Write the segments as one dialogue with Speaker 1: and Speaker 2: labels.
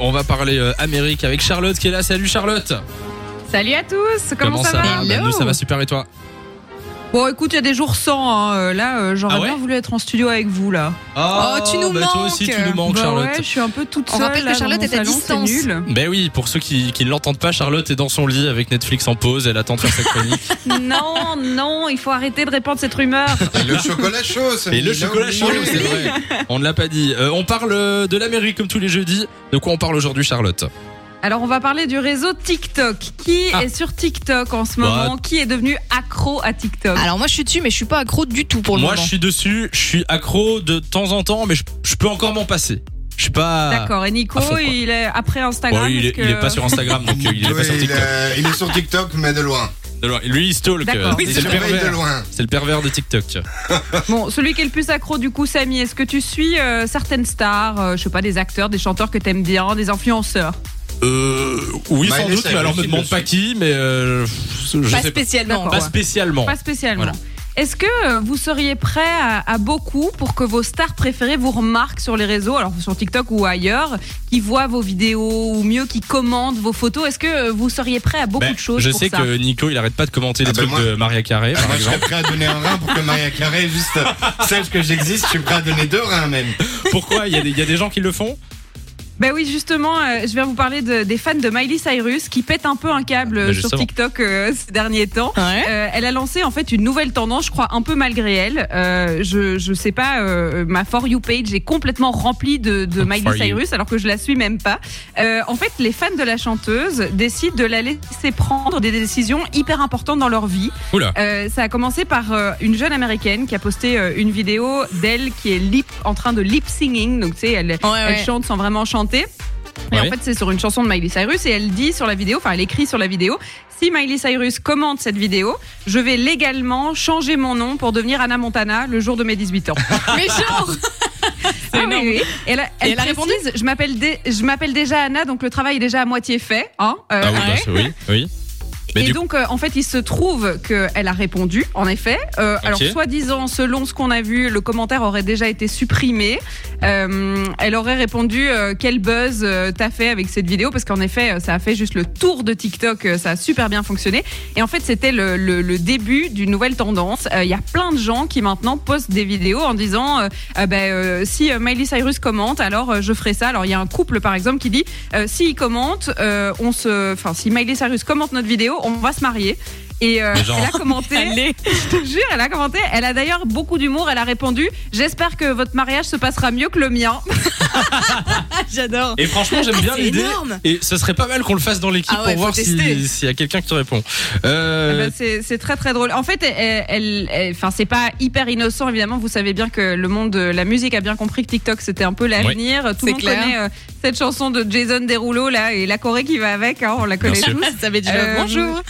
Speaker 1: on va parler euh, Amérique avec Charlotte qui est là. Salut Charlotte
Speaker 2: Salut à tous, comment, ça, va
Speaker 1: Bah, Nous ça va super et toi
Speaker 2: Bon écoute, il y a des jours sans, hein. Euh, là euh, j'aurais
Speaker 1: Ah ouais
Speaker 2: bien voulu être en studio avec vous là.
Speaker 1: Ah,
Speaker 3: Oh, tu nous
Speaker 1: bah, Toi aussi
Speaker 3: manques.
Speaker 1: tu nous manques
Speaker 2: bah
Speaker 1: Charlotte.
Speaker 2: ouais, je suis un peu toute
Speaker 3: On
Speaker 2: seule.
Speaker 3: rappelle que
Speaker 2: là, dans
Speaker 3: Charlotte
Speaker 2: mon
Speaker 3: est à
Speaker 2: salon, c'est
Speaker 3: distance.
Speaker 2: nul.
Speaker 1: Ben oui, pour ceux qui, qui ne l'entendent pas, Charlotte est dans son lit avec Netflix en pause, elle attend de faire sa chronique.
Speaker 2: non, non, il faut arrêter de répandre cette rumeur.
Speaker 4: Et le chocolat chaud, ça
Speaker 1: Et
Speaker 4: me
Speaker 1: le
Speaker 4: dit bien
Speaker 1: chocolat
Speaker 4: oublié.
Speaker 1: chaud, c'est vrai. On ne l'a pas dit. Euh, on parle euh, de l'Amérique comme tous les jeudis. De quoi on parle aujourd'hui, Charlotte
Speaker 2: Alors on va parler du réseau TikTok. Qui
Speaker 1: Ah.
Speaker 2: est sur TikTok en ce
Speaker 1: Bah. Ah.
Speaker 2: moment Qui est devenu accro à TikTok
Speaker 3: Alors moi je suis dessus mais je suis pas accro du tout pour le
Speaker 1: Moi, je
Speaker 3: moment.
Speaker 1: suis dessus. Je suis accro de temps en temps, mais je, je peux encore m'en passer. Je suis Ah, pas.
Speaker 2: D'accord, et Nico,
Speaker 1: à fond, quoi.
Speaker 2: il est après Instagram.
Speaker 1: Bon, il, est,
Speaker 2: est-ce que-
Speaker 1: il est pas sur Instagram, donc euh, il est
Speaker 4: Ouais,
Speaker 1: pas sur
Speaker 4: il,
Speaker 1: TikTok.
Speaker 4: euh, il est sur TikTok, mais de loin.
Speaker 1: De loin. Lui, il stalk.
Speaker 2: D'accord.
Speaker 1: euh,
Speaker 2: Oui,
Speaker 1: c'est
Speaker 4: Il
Speaker 1: le
Speaker 4: surveille de
Speaker 1: pervers.
Speaker 4: loin.
Speaker 1: C'est le pervers de TikTok.
Speaker 2: Bon, celui qui est le plus accro du coup, Samy, est-ce que tu suis euh, certaines stars, euh, je sais pas, des acteurs, des chanteurs que t'aimes bien, des influenceurs
Speaker 1: Euh, oui,
Speaker 4: Bah,
Speaker 1: sans
Speaker 4: il est
Speaker 1: doute,
Speaker 4: seul,
Speaker 1: mais alors
Speaker 4: aussi,
Speaker 1: me demande
Speaker 4: le
Speaker 1: pas
Speaker 4: seul.
Speaker 1: qui, mais euh, je
Speaker 3: pas
Speaker 1: sais pas.
Speaker 3: spécialement.
Speaker 2: D'accord.
Speaker 1: Pas
Speaker 3: quoi.
Speaker 1: spécialement.
Speaker 2: Pas spécialement.
Speaker 1: Voilà.
Speaker 2: Est-ce que euh, vous seriez prêt à, à beaucoup pour que vos stars préférées vous remarquent sur les réseaux, alors sur TikTok ou ailleurs, qui voient vos vidéos ou mieux, qui commentent vos photos Est-ce que euh, vous seriez prêt à beaucoup
Speaker 1: Ben,
Speaker 2: de choses
Speaker 1: je
Speaker 2: pour
Speaker 1: sais
Speaker 2: ça
Speaker 1: que Nico, il arrête pas de commenter
Speaker 4: Ah,
Speaker 1: les
Speaker 4: ben,
Speaker 1: trucs
Speaker 4: moi-
Speaker 1: de Maria Carré,
Speaker 4: Ah,
Speaker 1: par
Speaker 4: moi, je serais
Speaker 1: exemple.
Speaker 4: prêt à donner un rein pour que Maria Carré juste sache que j'existe. Je suis prêt à donner deux reins même.
Speaker 1: Pourquoi Il y a des- il y a des gens qui le font
Speaker 2: Ben oui, justement, euh, je viens vous parler de- des fans de Miley Cyrus qui pètent un peu un câble euh,
Speaker 1: Ben,
Speaker 2: sur
Speaker 1: justement.
Speaker 2: TikTok euh, ces derniers temps.
Speaker 3: Ouais.
Speaker 2: Euh, elle a lancé en fait une nouvelle tendance, je crois un peu malgré elle. Euh, je je sais pas, euh, ma for you page est complètement remplie de, de Miley
Speaker 1: For you.
Speaker 2: Cyrus alors que je la suis même pas. Euh, en fait, les fans de la chanteuse décident de la laisser prendre des décisions hyper importantes dans leur vie.
Speaker 1: Oula.
Speaker 2: Euh, ça a commencé par euh, une jeune américaine qui a posté euh, une vidéo d'elle qui est lip en train de lip singing, donc tu sais elle
Speaker 3: Ouais, ouais.
Speaker 2: elle chante sans vraiment chanter. Et
Speaker 1: Ouais.
Speaker 2: en fait, c'est sur une chanson de Miley Cyrus et elle dit sur la vidéo, enfin elle écrit sur la vidéo, si Miley Cyrus commente cette vidéo, je vais légalement changer mon nom pour devenir Anna Montana le jour de mes 18 ans.
Speaker 3: Mais genre
Speaker 2: Ah oui,
Speaker 3: énorme.
Speaker 2: oui. Et elle, a- elle
Speaker 3: elle a
Speaker 2: précise, je m'appelle dé- je m'appelle déjà Anna, donc le travail est déjà à moitié fait. Hein Euh,
Speaker 1: Ah oui,
Speaker 3: ouais.
Speaker 1: bah, c'est- oui, oui. Mais
Speaker 2: et
Speaker 1: du
Speaker 2: donc, euh, en fait, il se trouve qu'elle a répondu, en effet. Euh, Alors, soi-disant, selon ce qu'on a vu, le commentaire aurait déjà été supprimé. Euh, elle aurait répondu euh, Quel buzz euh, t'as fait avec cette vidéo Parce qu'en effet, euh, ça a fait juste le tour de TikTok, euh, ça a super bien fonctionné. Et en fait, c'était le, le- le début d'une nouvelle tendance. Euh, Il y a plein de gens qui maintenant postent des vidéos en disant euh, Ah ben, euh, Si euh, Miley Cyrus commente, alors euh, je ferai ça. Alors, il y a un couple, par exemple, qui dit euh, s'il commente, euh, on se, enfin, si Miley Cyrus commente notre vidéo, on va se marier. Et euh,
Speaker 1: Mais genre-
Speaker 2: elle a commenté.
Speaker 3: Allez.
Speaker 2: Je te jure, elle a commenté. Elle a d'ailleurs beaucoup d'humour. Elle a répondu J'espère que votre mariage se passera mieux que le mien.
Speaker 3: Ah, J'adore. Ah,
Speaker 1: Et franchement, j'aime bien
Speaker 3: c'est
Speaker 1: l'idée.
Speaker 3: énorme.
Speaker 1: Et ce serait pas mal qu'on le fasse dans l'équipe
Speaker 3: Ah ouais,
Speaker 1: pour voir
Speaker 3: faut
Speaker 1: si-
Speaker 3: tester.
Speaker 1: s'il y a quelqu'un qui répond. Euh,
Speaker 2: Eh ben, c'est- c'est très très drôle. En fait, elle- elle, elle- enfin, c'est pas hyper innocent évidemment. Vous savez bien que le monde de la musique a bien compris que TikTok c'était un peu l'avenir. Tout
Speaker 3: C'est
Speaker 2: le monde
Speaker 3: clair.
Speaker 2: connaît euh, cette chanson de Jason Derulo là et la Corée qui va avec. hein, on la connaît
Speaker 1: sûr.
Speaker 2: tous.
Speaker 3: Ça veut dire
Speaker 2: Euh,
Speaker 3: bonjour.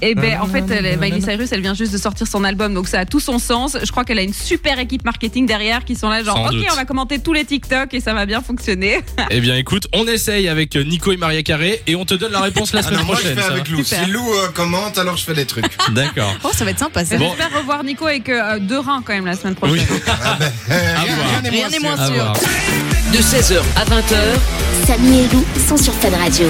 Speaker 2: Et ben en fait, elle-
Speaker 3: Nanana.
Speaker 2: Miley Cyrus, elle vient juste de sortir son album, donc ça a tout son sens. Je crois qu'elle a une super équipe marketing derrière qui sont là genre,
Speaker 1: Sans
Speaker 2: ok,
Speaker 1: doute.
Speaker 2: on va commenter tous les TikTok et ça va bien fonctionner.
Speaker 1: eh bien, écoute, on essaye avec Nico et Maria Carré et on te donne la réponse la
Speaker 4: Ah
Speaker 1: semaine
Speaker 4: non, moi, je
Speaker 1: prochaine.
Speaker 4: fais
Speaker 1: ça
Speaker 4: avec Lou.
Speaker 2: Super.
Speaker 4: Si Lou euh, commente, alors je fais des trucs.
Speaker 1: va D'accord.
Speaker 3: Oh, ça va être sympa ça.
Speaker 1: Bon.
Speaker 2: J'espère revoir Nico avec euh, deux reins quand même la semaine prochaine.
Speaker 1: Oui,
Speaker 4: Ah ben, euh,
Speaker 1: À voir.
Speaker 4: rien n'est
Speaker 3: Rien n'est moins
Speaker 1: à
Speaker 3: sûr.
Speaker 1: voir.
Speaker 5: De 16h à 20h,
Speaker 6: Samy et Lou sont sur Fun Radio.